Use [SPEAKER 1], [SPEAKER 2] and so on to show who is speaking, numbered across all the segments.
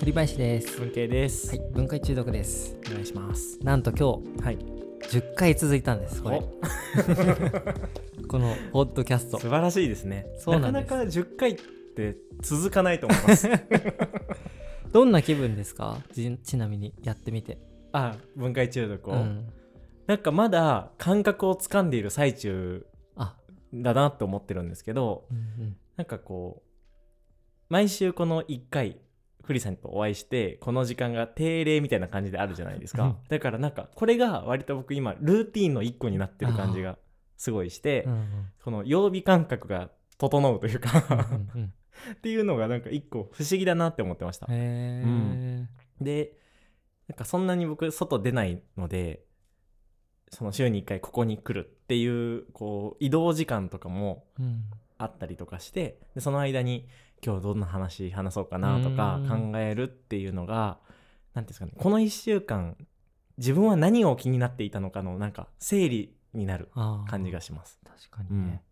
[SPEAKER 1] 栗林です、
[SPEAKER 2] 文系です、
[SPEAKER 1] はい、分解中毒です
[SPEAKER 2] お願いします
[SPEAKER 1] なんと今
[SPEAKER 2] はい
[SPEAKER 1] 日10回続いたんですこれ
[SPEAKER 2] お
[SPEAKER 1] このポッドキャスト
[SPEAKER 2] 素晴らしいですね
[SPEAKER 1] そうなんです
[SPEAKER 2] かなか10回って続かないと思い ます
[SPEAKER 1] どんな気分ですかちちなみにやってみて
[SPEAKER 2] あ分解中毒を、
[SPEAKER 1] うん
[SPEAKER 2] なんかまだ感覚を掴んでいる最中
[SPEAKER 1] あ、
[SPEAKER 2] だなと思ってるんですけど
[SPEAKER 1] うんうん、
[SPEAKER 2] なんかこう毎週この1回栗さんとお会いしてこの時間が定例みたいな感じであるじゃないです
[SPEAKER 1] う
[SPEAKER 2] か
[SPEAKER 1] ん
[SPEAKER 2] だからなんかこれが割と僕今ルーティンの1個になってる感じがすごいして、
[SPEAKER 1] うん
[SPEAKER 2] この曜日感覚が整うというか、
[SPEAKER 1] うんうんうん うん
[SPEAKER 2] っていうのがなんか一個不思議だなって思ってました。
[SPEAKER 1] へ
[SPEAKER 2] う
[SPEAKER 1] え
[SPEAKER 2] でなんかそんなに僕外出ないのでその週に1回ここに来るっていうこう移動時間とかも
[SPEAKER 1] うん
[SPEAKER 2] あったりとかしてでその間に今日どんな話話そうかなとか
[SPEAKER 1] うん
[SPEAKER 2] 考えるっていうのが何ていうんですかねこの1週間自分は何を気になっていたのかのなんか整理になる
[SPEAKER 1] あー
[SPEAKER 2] 感じがします。
[SPEAKER 1] 確かにね、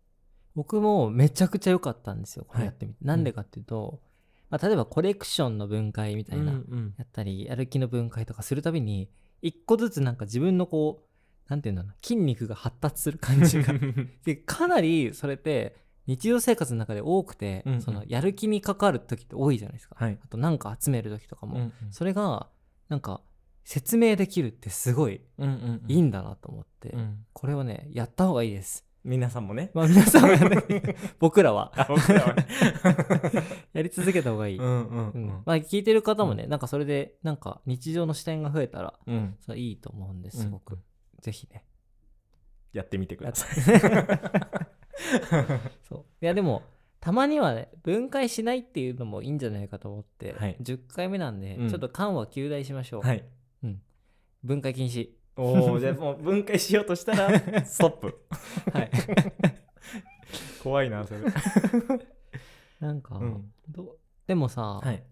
[SPEAKER 1] 僕もめちゃくちゃ良かったんですよこれやってみて、
[SPEAKER 2] い
[SPEAKER 1] なんでかっていうと、まあ、例えばコレクションの分解みたいな、
[SPEAKER 2] うん
[SPEAKER 1] やったりやる気の分解とかするたびに一個ずつなんか自分のこうなんていうんだろうな筋肉が発達する感じが でかなりそれって日常生活の中で多くて、
[SPEAKER 2] うんうん
[SPEAKER 1] そのやる気に関わる時って多いじゃないですか、
[SPEAKER 2] はい
[SPEAKER 1] あとなんか集める時とかも、
[SPEAKER 2] うん
[SPEAKER 1] それがなんか説明できるってすごい
[SPEAKER 2] うんうん
[SPEAKER 1] いいんだなと思って、
[SPEAKER 2] うん
[SPEAKER 1] これはねやった方がいいです
[SPEAKER 2] 皆さんもね。
[SPEAKER 1] まあ皆さんもやんなきゃ 僕らは
[SPEAKER 2] あ僕らはね
[SPEAKER 1] やり続けた方がいい、
[SPEAKER 2] うんうんう
[SPEAKER 1] うん
[SPEAKER 2] ん
[SPEAKER 1] まあ聞いてる方もね、なんかそれでなんか日常の視点が増えたら
[SPEAKER 2] うん、
[SPEAKER 1] それいいと思うんですすごく、
[SPEAKER 2] うん
[SPEAKER 1] ぜひね
[SPEAKER 2] やってみてください。
[SPEAKER 1] そういやでもたまにはね分解しないっていうのもいいんじゃないかと思って、
[SPEAKER 2] はい
[SPEAKER 1] 10回目なんで、
[SPEAKER 2] うん
[SPEAKER 1] ちょっと缶は休題しましょう、
[SPEAKER 2] はい。
[SPEAKER 1] 分解禁止
[SPEAKER 2] おお、じゃあもう分解しようとした ら、ストップ。
[SPEAKER 1] はい
[SPEAKER 2] 怖いな、それ。
[SPEAKER 1] なんか、
[SPEAKER 2] うん
[SPEAKER 1] どでもさ、
[SPEAKER 2] はい。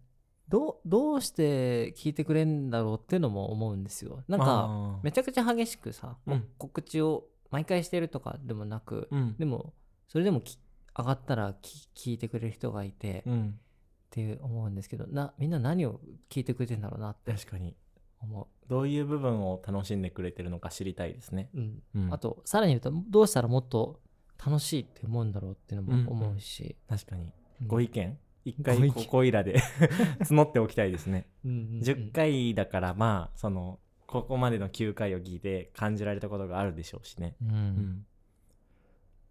[SPEAKER 1] どどうして聞いてくれんだろうっていうのも思うんですよなんか
[SPEAKER 2] あー
[SPEAKER 1] めちゃくちゃ激しくさ、
[SPEAKER 2] うん
[SPEAKER 1] 告知を毎回してるとかでもなく、
[SPEAKER 2] うん
[SPEAKER 1] でもそれでもき上がったらき聞いてくれる人がいて、
[SPEAKER 2] うん、
[SPEAKER 1] っていう思うんですけどなみんな何を聞いてくれてんだろうなって
[SPEAKER 2] 確かに。
[SPEAKER 1] 思
[SPEAKER 2] どういう部分を楽しんでくれてるのか知りたいですね。
[SPEAKER 1] う、うん
[SPEAKER 2] うん
[SPEAKER 1] あとさらに言うとどうしたらもっと楽しいって思うんだろうっていうのも思うし、
[SPEAKER 2] 確か
[SPEAKER 1] う
[SPEAKER 2] に。
[SPEAKER 1] ん
[SPEAKER 2] ご意見一
[SPEAKER 1] ご意
[SPEAKER 2] 回
[SPEAKER 1] 見
[SPEAKER 2] ここいらで 募っておきたいですね。
[SPEAKER 1] うんうんうん
[SPEAKER 2] 10回だから、まあ、その、ここまでの9回を聞いて感じられたことがあるでしょうしね。
[SPEAKER 1] うん
[SPEAKER 2] うん。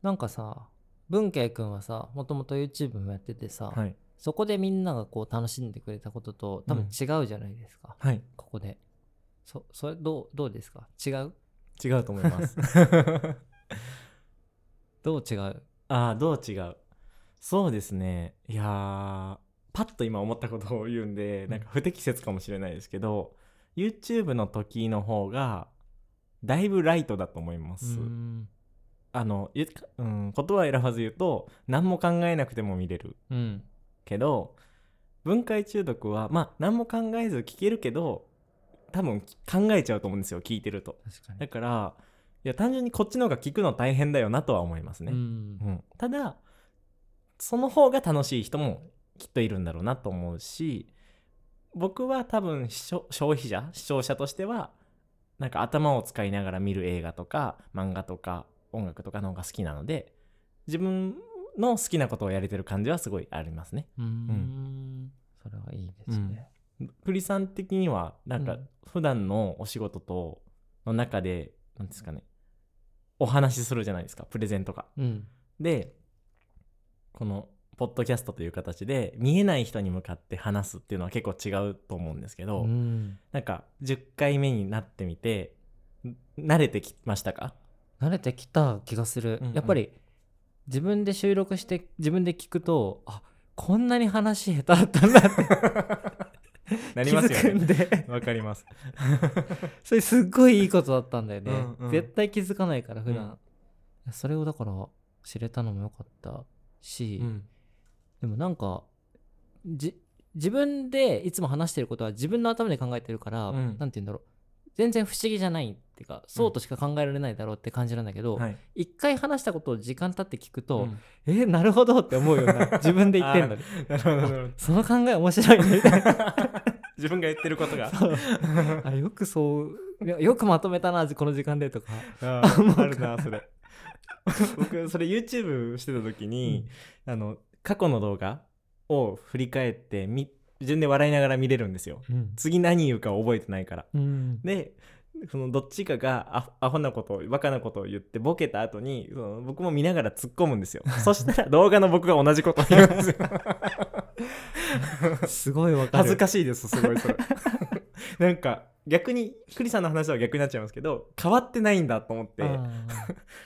[SPEAKER 1] なんかさ文慶君はさもともと YouTube もやっててさ、
[SPEAKER 2] はい。
[SPEAKER 1] そこでみんながこう楽しんでくれたことと多分違うじゃないですか、
[SPEAKER 2] はい。
[SPEAKER 1] ここでそそれどうどうですか違う
[SPEAKER 2] 違うと思います。
[SPEAKER 1] どう違う
[SPEAKER 2] ああ、どう違う。そうですね。いやー、パッと今思ったことを言うんで、なんか不適切かもしれないですけど、YouTube の時の方が、だいぶライトだと思います。
[SPEAKER 1] うん
[SPEAKER 2] あの、ゆうん、言葉を選ばず言うと、何も考えなくても見れる
[SPEAKER 1] うん
[SPEAKER 2] けど、分解中毒は、まあ、何も考えず聞けるけど、多分考えちゃうと思うんですよ、聞いてると。
[SPEAKER 1] 確かに
[SPEAKER 2] だから、いや、単純にこっちの方が聞くの大変だよなとは思いますね。
[SPEAKER 1] うん
[SPEAKER 2] うん、ただその方が楽しい人もきっといるんだろうなと思うし僕は多分視聴消費者視聴者としてはなんか頭を使いながら見る映画とか漫画とか音楽とかの方が好きなので自分の好きなことをやれてる感じはすごいありますね。
[SPEAKER 1] うんそれはいいですね、
[SPEAKER 2] 栗さん的にはなん
[SPEAKER 1] う
[SPEAKER 2] か
[SPEAKER 1] ん
[SPEAKER 2] 普段のお仕事との中で何ですかねお話しするじゃないですかプレゼントが。
[SPEAKER 1] うん
[SPEAKER 2] でこのポッドキャストという形で見えない人に向かって話すっていうのは結構違うと思うんですけど、
[SPEAKER 1] うん
[SPEAKER 2] なんか10回目になってみてん慣れてきました か
[SPEAKER 1] 慣れてきた気がする、
[SPEAKER 2] うんうん
[SPEAKER 1] やっぱり自分で収録して自分で聞くとあこんなに話下手だったんだって
[SPEAKER 2] なり
[SPEAKER 1] 気
[SPEAKER 2] ます
[SPEAKER 1] づく
[SPEAKER 2] よ
[SPEAKER 1] ん
[SPEAKER 2] ね。
[SPEAKER 1] で
[SPEAKER 2] わかります。
[SPEAKER 1] それすっごいいいことだったんだよね
[SPEAKER 2] うんうん
[SPEAKER 1] 絶対気づかないから普段、
[SPEAKER 2] う
[SPEAKER 1] い
[SPEAKER 2] ん
[SPEAKER 1] やそれをだから知れたのも良かったし、でもなんかじ自分でいつも話してることは自分の頭で考えてるから、
[SPEAKER 2] うん
[SPEAKER 1] なんて言うんだろう全然不思議じゃないっていうかそうとしか考えられないだろうって感じなんだけど、
[SPEAKER 2] はい、
[SPEAKER 1] 一回話したことを時間経って聞くと、
[SPEAKER 2] うん
[SPEAKER 1] えなるほ どって思うような自分で言ってんのに
[SPEAKER 2] なるほどなる
[SPEAKER 1] その考え面白いねみたいな
[SPEAKER 2] 自分が言ってることが
[SPEAKER 1] あよくそういやよくまとめたなこの時間でとか
[SPEAKER 2] ああるなそれ僕それ YouTube してた時に、あの過去の動画を振り返ってみ自分で笑いながら見れるんですよ
[SPEAKER 1] うん、
[SPEAKER 2] 次何言うか覚えてないから
[SPEAKER 1] うん、
[SPEAKER 2] でそのどっちかがアホアホなことをバカなことを言ってボケた後にその僕も見ながら突っ込むんですよそしたら動画の僕が同じことを言うんですよ
[SPEAKER 1] すごいわかる
[SPEAKER 2] 恥ずかしいですすごいそれ なんか逆に栗さんの話は逆になっちゃいますけど変わってないんだと思って
[SPEAKER 1] あ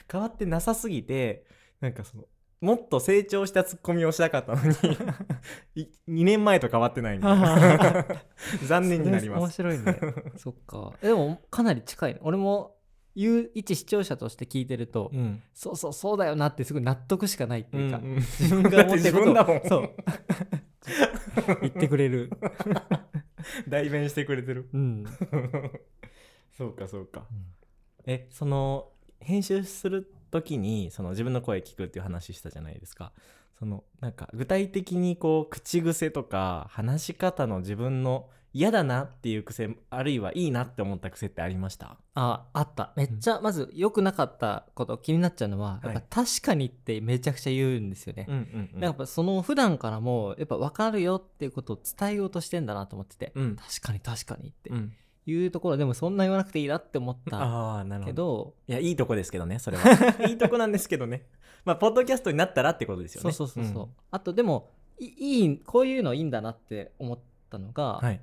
[SPEAKER 2] 変わってなさすぎてなんかそのもっと成長したツッコミをしたかったの に2年前と変わってないんで残
[SPEAKER 1] ー
[SPEAKER 2] 念になりま
[SPEAKER 1] それ面白いねそっかでもかなり近いね俺も言う一視聴者として聞いてると、
[SPEAKER 2] す。うん
[SPEAKER 1] そうそうそうだよなってすごい納得しかないっていうか、
[SPEAKER 2] 自分
[SPEAKER 1] が思って
[SPEAKER 2] 自
[SPEAKER 1] ること
[SPEAKER 2] 分
[SPEAKER 1] を
[SPEAKER 2] だもん
[SPEAKER 1] そう 言ってくれる
[SPEAKER 2] 代弁してくれてる
[SPEAKER 1] うん、
[SPEAKER 2] そうかそうかえその編集する時にその自分の声聞くっていう話したじゃないですかそのなんか具体的にこう口癖とか話し方の自分の嫌だなっていう癖あるいはいいなって思った癖ってありました
[SPEAKER 1] ああっためっちゃまず良くなかったこと気になっちゃうのは、
[SPEAKER 2] はい
[SPEAKER 1] やっぱ確かにってめちゃくちゃ言うんですよね、
[SPEAKER 2] んうん
[SPEAKER 1] だからやっぱその普段からもやっぱ分かるよっていうことを伝えようとしてんだなと思ってて、
[SPEAKER 2] うん
[SPEAKER 1] 確かに確かにって
[SPEAKER 2] うん、
[SPEAKER 1] いうところでもそんな言わなくていいなって思った
[SPEAKER 2] ああなるほ
[SPEAKER 1] け
[SPEAKER 2] ど
[SPEAKER 1] ど、
[SPEAKER 2] いやいいとこですけどねそ れはいいとこなんですけどねまあポッドキャストになったらってことですよ
[SPEAKER 1] そう
[SPEAKER 2] ね
[SPEAKER 1] そうそうそう、あとでもいいいこういうのいいんだなって思ったのが、
[SPEAKER 2] うんはい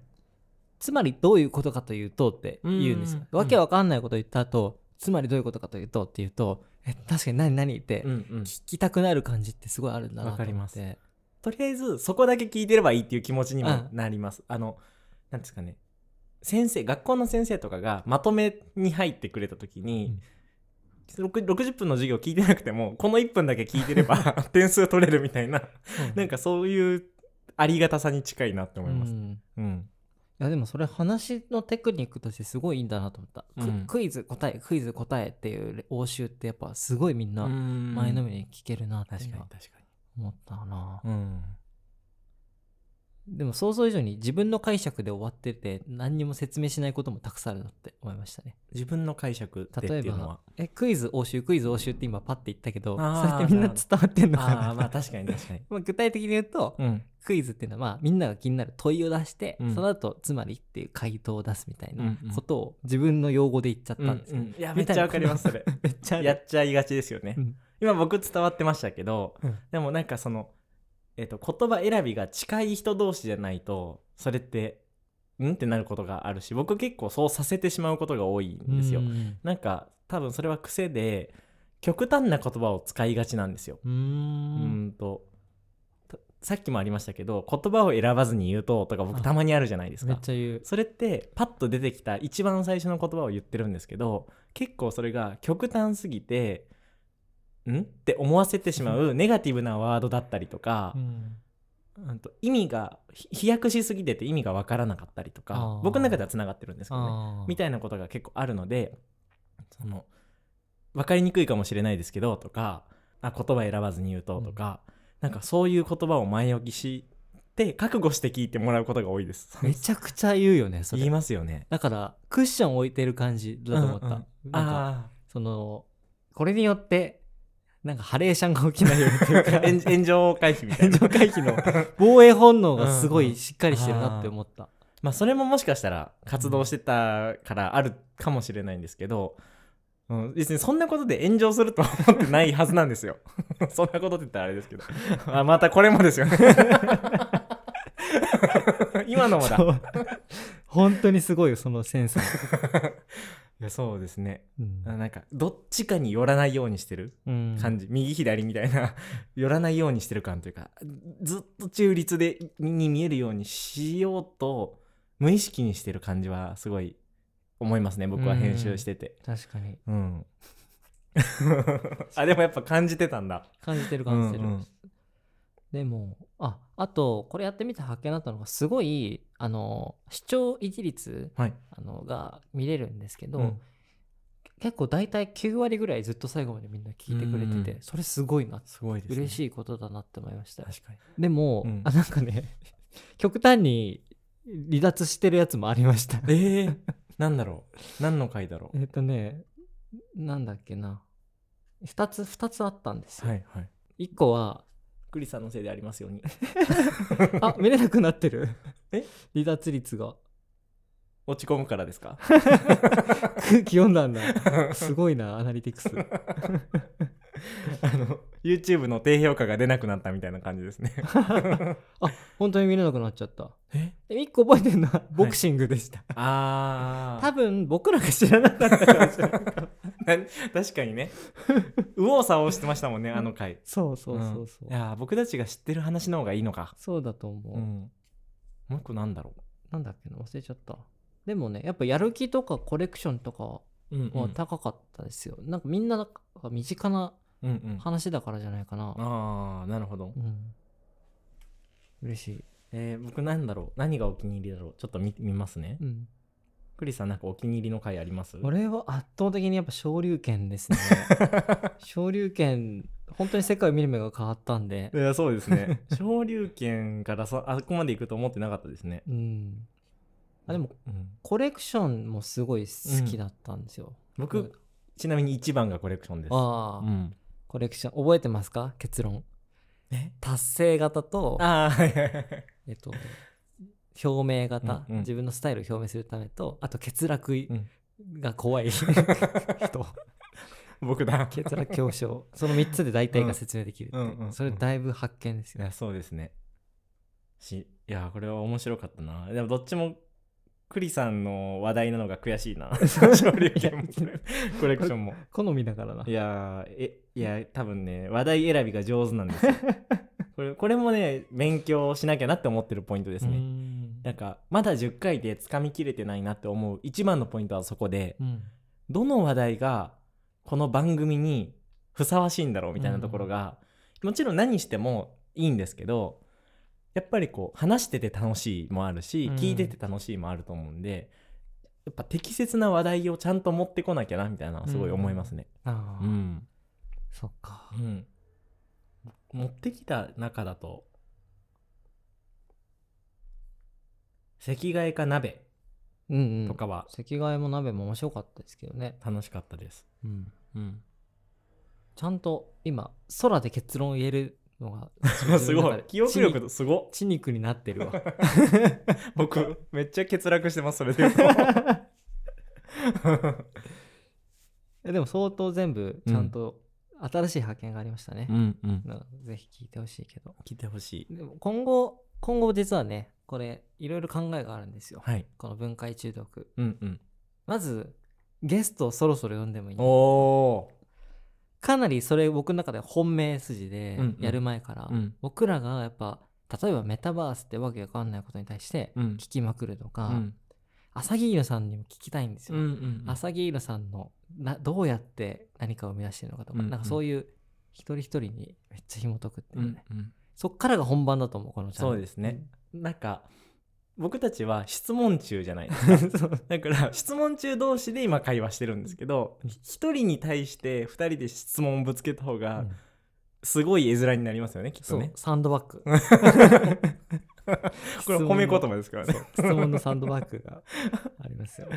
[SPEAKER 1] つまりどういうことかというとって言うんですよ
[SPEAKER 2] うん
[SPEAKER 1] わけわかんないこと言った後、つまりどういうことかというとっていうとえ確かに何何って
[SPEAKER 2] うんうん
[SPEAKER 1] 聞きたくなる感じってすごいあるんだなと思って
[SPEAKER 2] わかりますとりあえずそこだけ聞いてればいいっていう気持ちにもなります、あのなんですかね先生学校の先生とかがまとめに入ってくれた時に、六60分の授業聞いてなくてもこの1分だけ聞い てれば点数取れるみたいななんかそういうありがたさに近いなって思います、
[SPEAKER 1] うん
[SPEAKER 2] うん
[SPEAKER 1] いやでもそれ話のテクニックとしてすごいいいんだなと思った、ク
[SPEAKER 2] うん
[SPEAKER 1] クイズ答えクイズ答えっていう応酬ってやっぱすごいみんな前のめりに聞けるなって
[SPEAKER 2] 確かに
[SPEAKER 1] 今
[SPEAKER 2] 確か
[SPEAKER 1] 思ったな、
[SPEAKER 2] に、うん、
[SPEAKER 1] でも想像以上に自分の解釈で終わってて何にも説明しないこともたくさんあるなって思いましたね
[SPEAKER 2] 自分の解釈でって
[SPEAKER 1] 例え
[SPEAKER 2] いうの
[SPEAKER 1] ば
[SPEAKER 2] は
[SPEAKER 1] えクイズ応酬クイズ応酬って今パッて言ったけどそ
[SPEAKER 2] あー
[SPEAKER 1] れってみんな
[SPEAKER 2] なるほ
[SPEAKER 1] 伝わってんのか
[SPEAKER 2] あ
[SPEAKER 1] な
[SPEAKER 2] あまあ確かに確かに
[SPEAKER 1] まあ具体的に言うと、
[SPEAKER 2] うん
[SPEAKER 1] クイズっていうのはまあみんなが気になる問いを出して、
[SPEAKER 2] うん
[SPEAKER 1] その後つまりっていう回答を出すみたいな
[SPEAKER 2] うんうん
[SPEAKER 1] ことを自分の用語で言っちゃったんですけど、
[SPEAKER 2] いやめっちゃわかりますそれ
[SPEAKER 1] めっちゃある
[SPEAKER 2] やっちゃいがちですよね、
[SPEAKER 1] うん
[SPEAKER 2] 今僕伝わってましたけど、
[SPEAKER 1] うん
[SPEAKER 2] でもなんかその、えっと言葉選びが近い人同士じゃないとそれってんってなることがあるし僕結構そうさせてしまうことが多いんですよ、
[SPEAKER 1] うん
[SPEAKER 2] なんか多分それは癖で極端な言葉を使いがちなんですよ、
[SPEAKER 1] うー
[SPEAKER 2] うんんとたさっきもありましたけど言葉を選ばずに言うととか僕
[SPEAKER 1] あ
[SPEAKER 2] たまにあるじゃないです
[SPEAKER 1] めっ
[SPEAKER 2] か
[SPEAKER 1] ちゃ言う
[SPEAKER 2] それってパッと出てきた一番最初の言葉を言ってるんですけど結構それが極端すぎてんって思わせてしまうネガティブなワードだったりとか、うんと意味がひ飛躍しすぎてて意味がわからなかったりと
[SPEAKER 1] あ
[SPEAKER 2] か
[SPEAKER 1] ー
[SPEAKER 2] 僕の中ではつながってるんですけどね
[SPEAKER 1] あー
[SPEAKER 2] みたいなことが結構あるのでその分かりにくいかもしれないですけどとかあ言葉選ばずに言うととか、なんかそういう言葉を前置きして覚悟して聞いてもらうことが多いです。
[SPEAKER 1] めちゃくちゃ言うよねそ
[SPEAKER 2] 言い
[SPEAKER 1] れ
[SPEAKER 2] ますよね。
[SPEAKER 1] だからクッション置いてる感じだと思った、
[SPEAKER 2] うんう
[SPEAKER 1] な
[SPEAKER 2] ん
[SPEAKER 1] んか
[SPEAKER 2] あ
[SPEAKER 1] そのこれによってなんかハレーションが起きないようにという
[SPEAKER 2] あ
[SPEAKER 1] か
[SPEAKER 2] 炎炎上回避みたい
[SPEAKER 1] 炎上
[SPEAKER 2] な
[SPEAKER 1] 回避の防衛本能がすご
[SPEAKER 2] うんう
[SPEAKER 1] い
[SPEAKER 2] ん
[SPEAKER 1] しっかりしてるなって思った、
[SPEAKER 2] まあそれももしかしたら活動してたからあるかもしれないんですけど、うん、別にそんなことで炎上するとは思ってないはずなんですよ そんなことって言ったらあれですけどあまたこれもですよね 今のもだい
[SPEAKER 1] そう 本当にすごいよそのセンスが、
[SPEAKER 2] やそうですね
[SPEAKER 1] うん
[SPEAKER 2] あなんかどっちかに寄らないようにしてる
[SPEAKER 1] うん
[SPEAKER 2] 感じ、右左みたいな 寄らないようにしてる感というかずっと中立でにに見えるようにしようと無意識にしてる感じはすごい思いますね僕は編集してて
[SPEAKER 1] 確かに
[SPEAKER 2] うん、 あでもやっぱ感じてたんだ
[SPEAKER 1] 感じてる感じてる、
[SPEAKER 2] うんうん
[SPEAKER 1] でもああとこれやってみて発見だったのがすごいあの視聴維持率
[SPEAKER 2] はい
[SPEAKER 1] あのが見れるんですけど、
[SPEAKER 2] うん
[SPEAKER 1] 結構大体9割ぐらいずっと最後までみんな聞いてくれてて、
[SPEAKER 2] うん
[SPEAKER 1] それすごいな
[SPEAKER 2] すごいです、ね、
[SPEAKER 1] 嬉
[SPEAKER 2] い
[SPEAKER 1] しいことだなって思いました
[SPEAKER 2] 確かに
[SPEAKER 1] でも、
[SPEAKER 2] うん
[SPEAKER 1] あなんかね極端に離脱してるやつもありました
[SPEAKER 2] えー、なんだろう何の回だろ
[SPEAKER 1] えっとねなんだっけな2つ2つあったんです
[SPEAKER 2] う
[SPEAKER 1] よ、
[SPEAKER 2] はいはい
[SPEAKER 1] 1個は
[SPEAKER 2] クリさんのせいでありますように
[SPEAKER 1] あ見れなくなってる
[SPEAKER 2] え
[SPEAKER 1] 離脱率が
[SPEAKER 2] 落ち込むからですか
[SPEAKER 1] 空気読んだんだすごいなアナリティクス
[SPEAKER 2] あの YouTube の低評価が出なくなったみたいな感じですね
[SPEAKER 1] 本当に見れなくなっちゃった
[SPEAKER 2] え
[SPEAKER 1] で1個覚えてるのはボクシングでした、
[SPEAKER 2] あ
[SPEAKER 1] 多分僕らが知らなかったからじゃ ないか
[SPEAKER 2] 確かにね右往左往してましたもんねあの回
[SPEAKER 1] そうそうそうそう、
[SPEAKER 2] いやー僕たちが知ってる話の方がいいのか
[SPEAKER 1] そうだと思う、
[SPEAKER 2] うんもう一個なんだろ
[SPEAKER 1] なんだっけな忘れちゃったでもねやっぱやる気とかコレクションとか
[SPEAKER 2] ううんう
[SPEAKER 1] は
[SPEAKER 2] ん
[SPEAKER 1] 高かったですよ、なんかみんななんか身近な
[SPEAKER 2] うんうん
[SPEAKER 1] 話だからじゃないかな
[SPEAKER 2] ああなるほど
[SPEAKER 1] う、ん嬉しい、
[SPEAKER 2] えー、僕なんだろう何がお気に入りだろうちょっと見見ますね
[SPEAKER 1] うん、
[SPEAKER 2] クリさんなんかお気に入りの回あります
[SPEAKER 1] 俺は圧倒的にやっぱ昇竜拳 ですね昇竜拳本当に世界を見る目が変わったんで
[SPEAKER 2] いやそうですね 昇竜拳からそあそこまで行くと思ってなかったですね
[SPEAKER 1] うんあでも、
[SPEAKER 2] うん
[SPEAKER 1] コレクションもすごい好きだったんですよ、
[SPEAKER 2] 僕、
[SPEAKER 1] うん
[SPEAKER 2] ちなみに1番がコレクションです
[SPEAKER 1] ああ、
[SPEAKER 2] うん、
[SPEAKER 1] コレクション覚えてますか結論
[SPEAKER 2] え
[SPEAKER 1] 達成型と
[SPEAKER 2] ああはいはいはい
[SPEAKER 1] えっと、表明型、
[SPEAKER 2] うんうん
[SPEAKER 1] 自分のスタイルを表明するためとあと欠落い
[SPEAKER 2] うん
[SPEAKER 1] が怖い、 人
[SPEAKER 2] 僕だ
[SPEAKER 1] 欠落恐怖症その3つで大体が説明できるっていう、
[SPEAKER 2] うんうんうんうん
[SPEAKER 1] それだいぶ発見です
[SPEAKER 2] い
[SPEAKER 1] よ、
[SPEAKER 2] やそうですねしいやこれは面白かったなでもどっちもクリさんの話題なのが悔しい な昇竜拳もコレクションも
[SPEAKER 1] 好みだからない
[SPEAKER 2] やーえいや多分ね話題選びが上手なん ですよこれこれもね勉強しなきゃなって思ってるポイントです
[SPEAKER 1] う
[SPEAKER 2] ね
[SPEAKER 1] ん
[SPEAKER 2] なんかまだ10回で掴みきれてないなって思う一番のポイントはそこで
[SPEAKER 1] うん
[SPEAKER 2] どの話題がこの番組にふさわしいんだろうみたいなところが、もちろん何してもいいんですけどやっぱりこう話してて楽しいもあるし、
[SPEAKER 1] うん
[SPEAKER 2] 聞いてて楽しいもあると思うんでやっぱ適切な話題をちゃんと持ってこなきゃなみたいなのはすごい思いますね。
[SPEAKER 1] ああ、
[SPEAKER 2] うん
[SPEAKER 1] そっか
[SPEAKER 2] うん持ってきた中だと赤外か鍋
[SPEAKER 1] うんうん
[SPEAKER 2] とかは
[SPEAKER 1] 赤外も鍋も面白かったですけどね、
[SPEAKER 2] 楽しかったです。
[SPEAKER 1] うん
[SPEAKER 2] うん、
[SPEAKER 1] ちゃんと今空で結論を言えるのが
[SPEAKER 2] すごい記憶力すごっ
[SPEAKER 1] 血肉になってるわ
[SPEAKER 2] 僕 めっちゃ欠落してますそれ で
[SPEAKER 1] えでも相当全部ちゃんと新しい発見がありましたね、
[SPEAKER 2] んうん
[SPEAKER 1] なぜひ聞いてほしいけど
[SPEAKER 2] 来てほしい
[SPEAKER 1] でも今後今後実はねこれいろいろ考えがあるんですよ
[SPEAKER 2] はい
[SPEAKER 1] この分解中毒
[SPEAKER 2] うんうん
[SPEAKER 1] まずゲストをそろそろ呼んでもいい
[SPEAKER 2] おお
[SPEAKER 1] かなりそれ僕の中で本命筋で
[SPEAKER 2] うんうん
[SPEAKER 1] やる前から、
[SPEAKER 2] うん
[SPEAKER 1] 僕らがやっぱ例えばメタバースってわけわかんないことに対して
[SPEAKER 2] うん
[SPEAKER 1] 聞きまくるとか、
[SPEAKER 2] うん
[SPEAKER 1] アサギーヌさんにも聞きたいんですよ、
[SPEAKER 2] ん
[SPEAKER 1] アサギーヌさんのなどうやって何かを生み出してるのかとか、
[SPEAKER 2] うんうん
[SPEAKER 1] なんかそういう一人一人にめっちゃ紐解くっていううね、
[SPEAKER 2] んうん
[SPEAKER 1] そっからが本番だと思うこのチャンネル
[SPEAKER 2] そうですねなんか僕たちは質問中じゃないです かだから質問中同士で今会話してるんですけど一人に対して二人で質問をぶつけた方
[SPEAKER 1] う
[SPEAKER 2] が
[SPEAKER 1] ん
[SPEAKER 2] すごい絵面になりますよねきっ
[SPEAKER 1] そ
[SPEAKER 2] と
[SPEAKER 1] う、
[SPEAKER 2] ね
[SPEAKER 1] サンドバッ グ
[SPEAKER 2] これ褒め言葉ですからね
[SPEAKER 1] 質問のサンドバッグが ありますよ、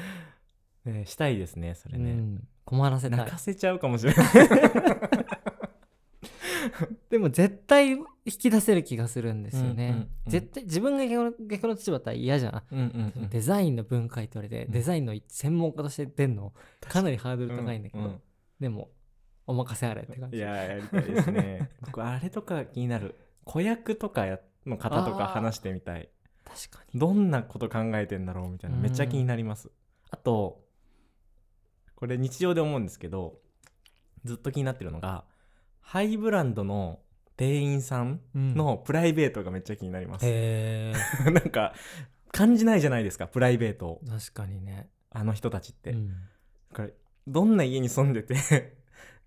[SPEAKER 2] ねしたいですねそれね、
[SPEAKER 1] うん困らせた
[SPEAKER 2] 泣
[SPEAKER 1] い
[SPEAKER 2] かせちゃうかもしれない
[SPEAKER 1] でも絶対引き出せる気がするんですよね、
[SPEAKER 2] うんうんうん
[SPEAKER 1] 絶対自分が逆の逆の立場だったら嫌じゃん、
[SPEAKER 2] うんうんうん
[SPEAKER 1] デザインの分解と言われて、
[SPEAKER 2] うん
[SPEAKER 1] デザインの専門家として出んのかなりハードル高いんだけど、
[SPEAKER 2] うう
[SPEAKER 1] でもお任せあれって感
[SPEAKER 2] い
[SPEAKER 1] じ
[SPEAKER 2] やーやりたいですね僕あれとか気になる子役とかやの方とか
[SPEAKER 1] あー
[SPEAKER 2] 話してみたい
[SPEAKER 1] 確かに
[SPEAKER 2] どんなこと考えてんだろうみたいなめっちゃ気になります、あとこれ日常で思うんですけどずっと気になってるのがハイブランドの店員さんのプライベートがめっちゃ気になります、
[SPEAKER 1] へえ
[SPEAKER 2] なんか感じないじゃないですかプライベートを
[SPEAKER 1] 確かにね、
[SPEAKER 2] あの人たちって、
[SPEAKER 1] うん
[SPEAKER 2] だからどんな家に住んでて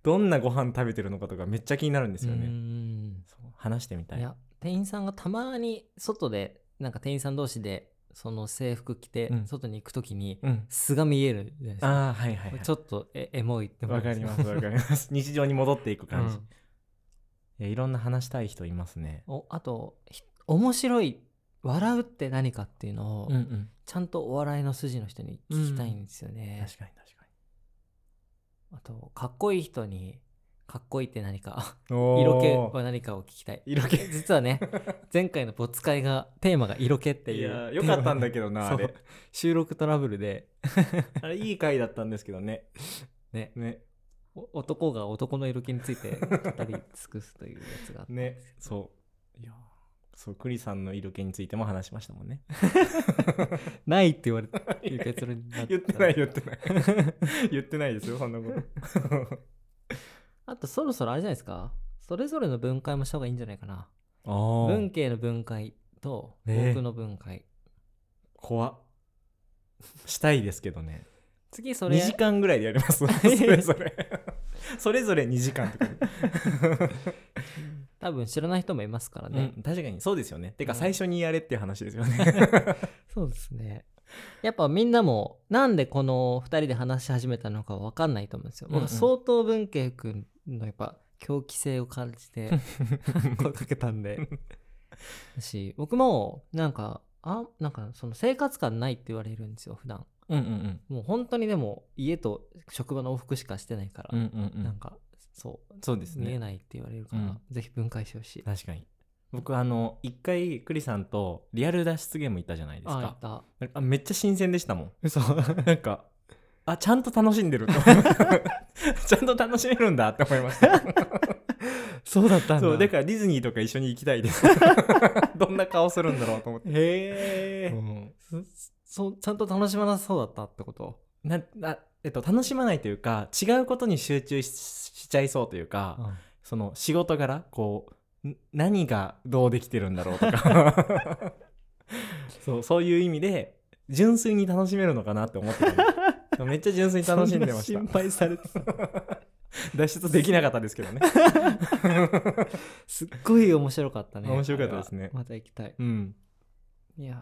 [SPEAKER 2] どんなご飯食べてるのかとかめっちゃ気になるんですよね、
[SPEAKER 1] うん
[SPEAKER 2] そう話してみたい
[SPEAKER 1] いや店員さんがたまに外でなんか店員さん同士でその制服着て
[SPEAKER 2] うん
[SPEAKER 1] 外に行く時に
[SPEAKER 2] うん、
[SPEAKER 1] 素が見えるじゃないですか、
[SPEAKER 2] ああはいはい、はい、
[SPEAKER 1] ちょっとえエモいって
[SPEAKER 2] わかりますわかります日常に戻っていく感じ、
[SPEAKER 1] うん
[SPEAKER 2] いやいろんな話したい人いますね
[SPEAKER 1] おあとひ面白い笑うって何かっていうのを、
[SPEAKER 2] うんうん、
[SPEAKER 1] ちゃんとお笑いの筋の人に聞きたいんですよね。
[SPEAKER 2] 確かに確か
[SPEAKER 1] あと、かっこいい人に、かっこいいって何か、
[SPEAKER 2] に
[SPEAKER 1] 色気
[SPEAKER 2] おー
[SPEAKER 1] は何かを聞きたい。
[SPEAKER 2] 色気
[SPEAKER 1] 実はね、前回のボツ会が、テーマが色気っていう。
[SPEAKER 2] いやよかったんだけど なあ
[SPEAKER 1] そう
[SPEAKER 2] れ
[SPEAKER 1] 収録トラブルで、
[SPEAKER 2] あれいい回だったんですけどね
[SPEAKER 1] ね、
[SPEAKER 2] ね
[SPEAKER 1] お男が男の色気について語り尽くすというやつ があって
[SPEAKER 2] ねそういやそう栗さんの色気についても話しましたもん ね
[SPEAKER 1] ないって言われていう結論になった
[SPEAKER 2] 言ってない言ってない 言ってないですよそんなこと
[SPEAKER 1] あとそろそろあれじゃないですかそれぞれの分解もした方がいいんじゃないかな
[SPEAKER 2] あ
[SPEAKER 1] 文系の分解と
[SPEAKER 2] ね
[SPEAKER 1] 僕の分解、
[SPEAKER 2] 怖っしたいですけどね
[SPEAKER 1] 次それ
[SPEAKER 2] 2時間ぐらいでやります それぞれそれぞれ2時間とかで
[SPEAKER 1] 多分知らない人もいますからね、
[SPEAKER 2] うん確かにそうですよねてか
[SPEAKER 1] うん
[SPEAKER 2] 最初にやれっていう話ですよね
[SPEAKER 1] そうですねやっぱみんなもなんでこの2人で話し始めたのか分かんないと思うんですよ、
[SPEAKER 2] うんうん
[SPEAKER 1] 僕は相当文系くんのやっぱ狂気性を感じ て声かけたんでだし僕もなんかあなんかその生活感ないって言われるんですよ普段
[SPEAKER 2] うんうん
[SPEAKER 1] もう本当にでも家と職場の往復しかしてないから、
[SPEAKER 2] うんうんう
[SPEAKER 1] なん
[SPEAKER 2] ん
[SPEAKER 1] かそう
[SPEAKER 2] そうです
[SPEAKER 1] 見え
[SPEAKER 2] ね
[SPEAKER 1] ないって言われるから、
[SPEAKER 2] うん
[SPEAKER 1] ぜひ分解してほしい
[SPEAKER 2] 確かに僕あの一回栗さんとリアル脱出ゲーム行ったじゃないです
[SPEAKER 1] あや
[SPEAKER 2] か
[SPEAKER 1] った
[SPEAKER 2] なんかめっちゃ新鮮でしたも ん
[SPEAKER 1] 嘘
[SPEAKER 2] なんかあちゃんと楽しんでると ちゃんと楽しめるんだって思いました
[SPEAKER 1] そうだったんだ
[SPEAKER 2] そうだからディズニーとか一緒に行きたいです どんな顔するんだろうと思って
[SPEAKER 1] へ
[SPEAKER 2] う
[SPEAKER 1] え、
[SPEAKER 2] ん
[SPEAKER 1] そそうちゃんと楽しまなさそうだったってこと
[SPEAKER 2] ななえっと、楽しまないというか違うことに集中ししちゃいそうというか、その仕事柄こうん何がどうできてるんだろうと かそうそういう意味で純粋に楽しめるのかなって思ってたのめっちゃ純粋に楽しんでまし
[SPEAKER 1] そんな
[SPEAKER 2] た
[SPEAKER 1] 心配されてた
[SPEAKER 2] 脱出できなかったですけど ね
[SPEAKER 1] すっごい面白かったね
[SPEAKER 2] 面白かったです
[SPEAKER 1] あ
[SPEAKER 2] ね
[SPEAKER 1] れはまた行きたい
[SPEAKER 2] うん
[SPEAKER 1] いやー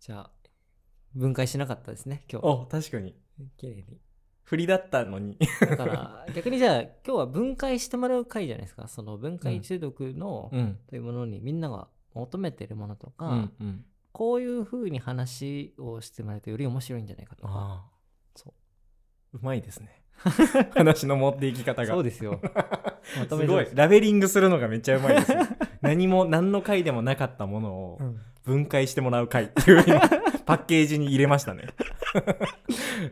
[SPEAKER 1] じゃあ分解しなかったですね今日
[SPEAKER 2] お確かに
[SPEAKER 1] 綺麗に
[SPEAKER 2] 振りだったのに
[SPEAKER 1] だから 逆にじゃあ今日は分解してもらう回じゃないですかその分解中毒の、
[SPEAKER 2] ん
[SPEAKER 1] というものにみんなが求めてるものとか、
[SPEAKER 2] うんうん
[SPEAKER 1] こういう風に話をしてもらえるとより面白いんじゃないかとか
[SPEAKER 2] ああ
[SPEAKER 1] そう
[SPEAKER 2] まいで すね話の持っていき方
[SPEAKER 1] う
[SPEAKER 2] が
[SPEAKER 1] そうですよ まと
[SPEAKER 2] す
[SPEAKER 1] め
[SPEAKER 2] ごい
[SPEAKER 1] て
[SPEAKER 2] ラベリングするのがめっちゃうまいですよ何も何の回でもなかったものを
[SPEAKER 1] うん
[SPEAKER 2] 分解してもらう回っていう 今パッケージに入れましたね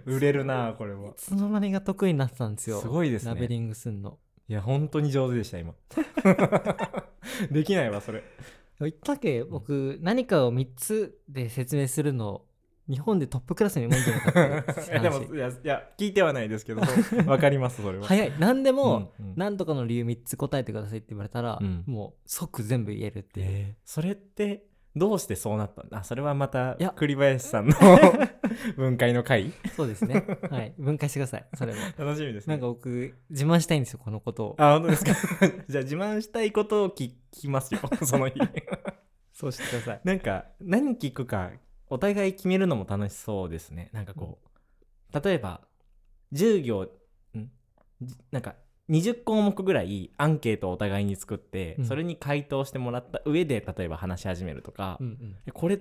[SPEAKER 2] 売れるなあこれはい
[SPEAKER 1] つの間にが得意になってたんですよ
[SPEAKER 2] すごいですね
[SPEAKER 1] ラベリングすんの
[SPEAKER 2] いや本当に上手 でした今できないわそれ
[SPEAKER 1] 言ったっけ僕何かを3つで説明するの日本でトップクラスにもいいんじゃないかって
[SPEAKER 2] いやでもいやいや聞いてはないですけ どそうわかりますそれは
[SPEAKER 1] 早い何でも、
[SPEAKER 2] うんうん
[SPEAKER 1] 何とかの理由3つ答えてくださいって言われたら、
[SPEAKER 2] うん
[SPEAKER 1] もう即全部言えるっていう、
[SPEAKER 2] えーそれってどうしてそうなったんだあそれはまた
[SPEAKER 1] いや
[SPEAKER 2] 栗林さんの 分解の回
[SPEAKER 1] そうです ねはい分解してくださいそれも
[SPEAKER 2] 楽しみです
[SPEAKER 1] な
[SPEAKER 2] ね
[SPEAKER 1] んか僕自慢したいんですよこのことを
[SPEAKER 2] あ本当ですか じゃあ自慢したいことを聞きますよその日
[SPEAKER 1] そうしてください
[SPEAKER 2] なんか何聞くかお互い決めるのも楽しそうですねなんかこう、例えば10行んじなんか20項目ぐらいアンケートをお互いに作って、
[SPEAKER 1] うん
[SPEAKER 2] それに回答してもらった上で例えば話し始めるとか、
[SPEAKER 1] うんうん
[SPEAKER 2] えこれ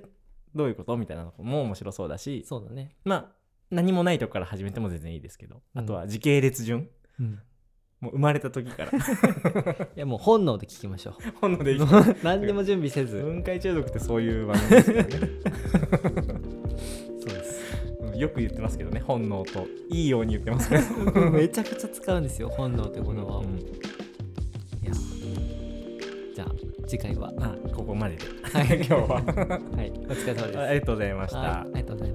[SPEAKER 2] どういうことみたいなのも面白そうだし
[SPEAKER 1] そうだね、
[SPEAKER 2] まあ何もないとこから始めても全然いいですけど、
[SPEAKER 1] うん
[SPEAKER 2] あとは時系列順
[SPEAKER 1] うん、
[SPEAKER 2] もう生まれた時 から
[SPEAKER 1] いやもう本能で聞きましょう
[SPEAKER 2] 本能でいき
[SPEAKER 1] 何にも準備せず
[SPEAKER 2] 分解中毒ってそういう番組ですよね
[SPEAKER 1] そうです
[SPEAKER 2] うんよく言ってますけどね本能といいように言ってま すけ ど
[SPEAKER 1] めちゃくちゃ使うんですよ本能ってものは、
[SPEAKER 2] うん
[SPEAKER 1] いやじゃあ次回は
[SPEAKER 2] あここまでで、
[SPEAKER 1] はい
[SPEAKER 2] 今日は
[SPEAKER 1] はいお疲れ様です
[SPEAKER 2] ありがとうございました、
[SPEAKER 1] はいありがとうございます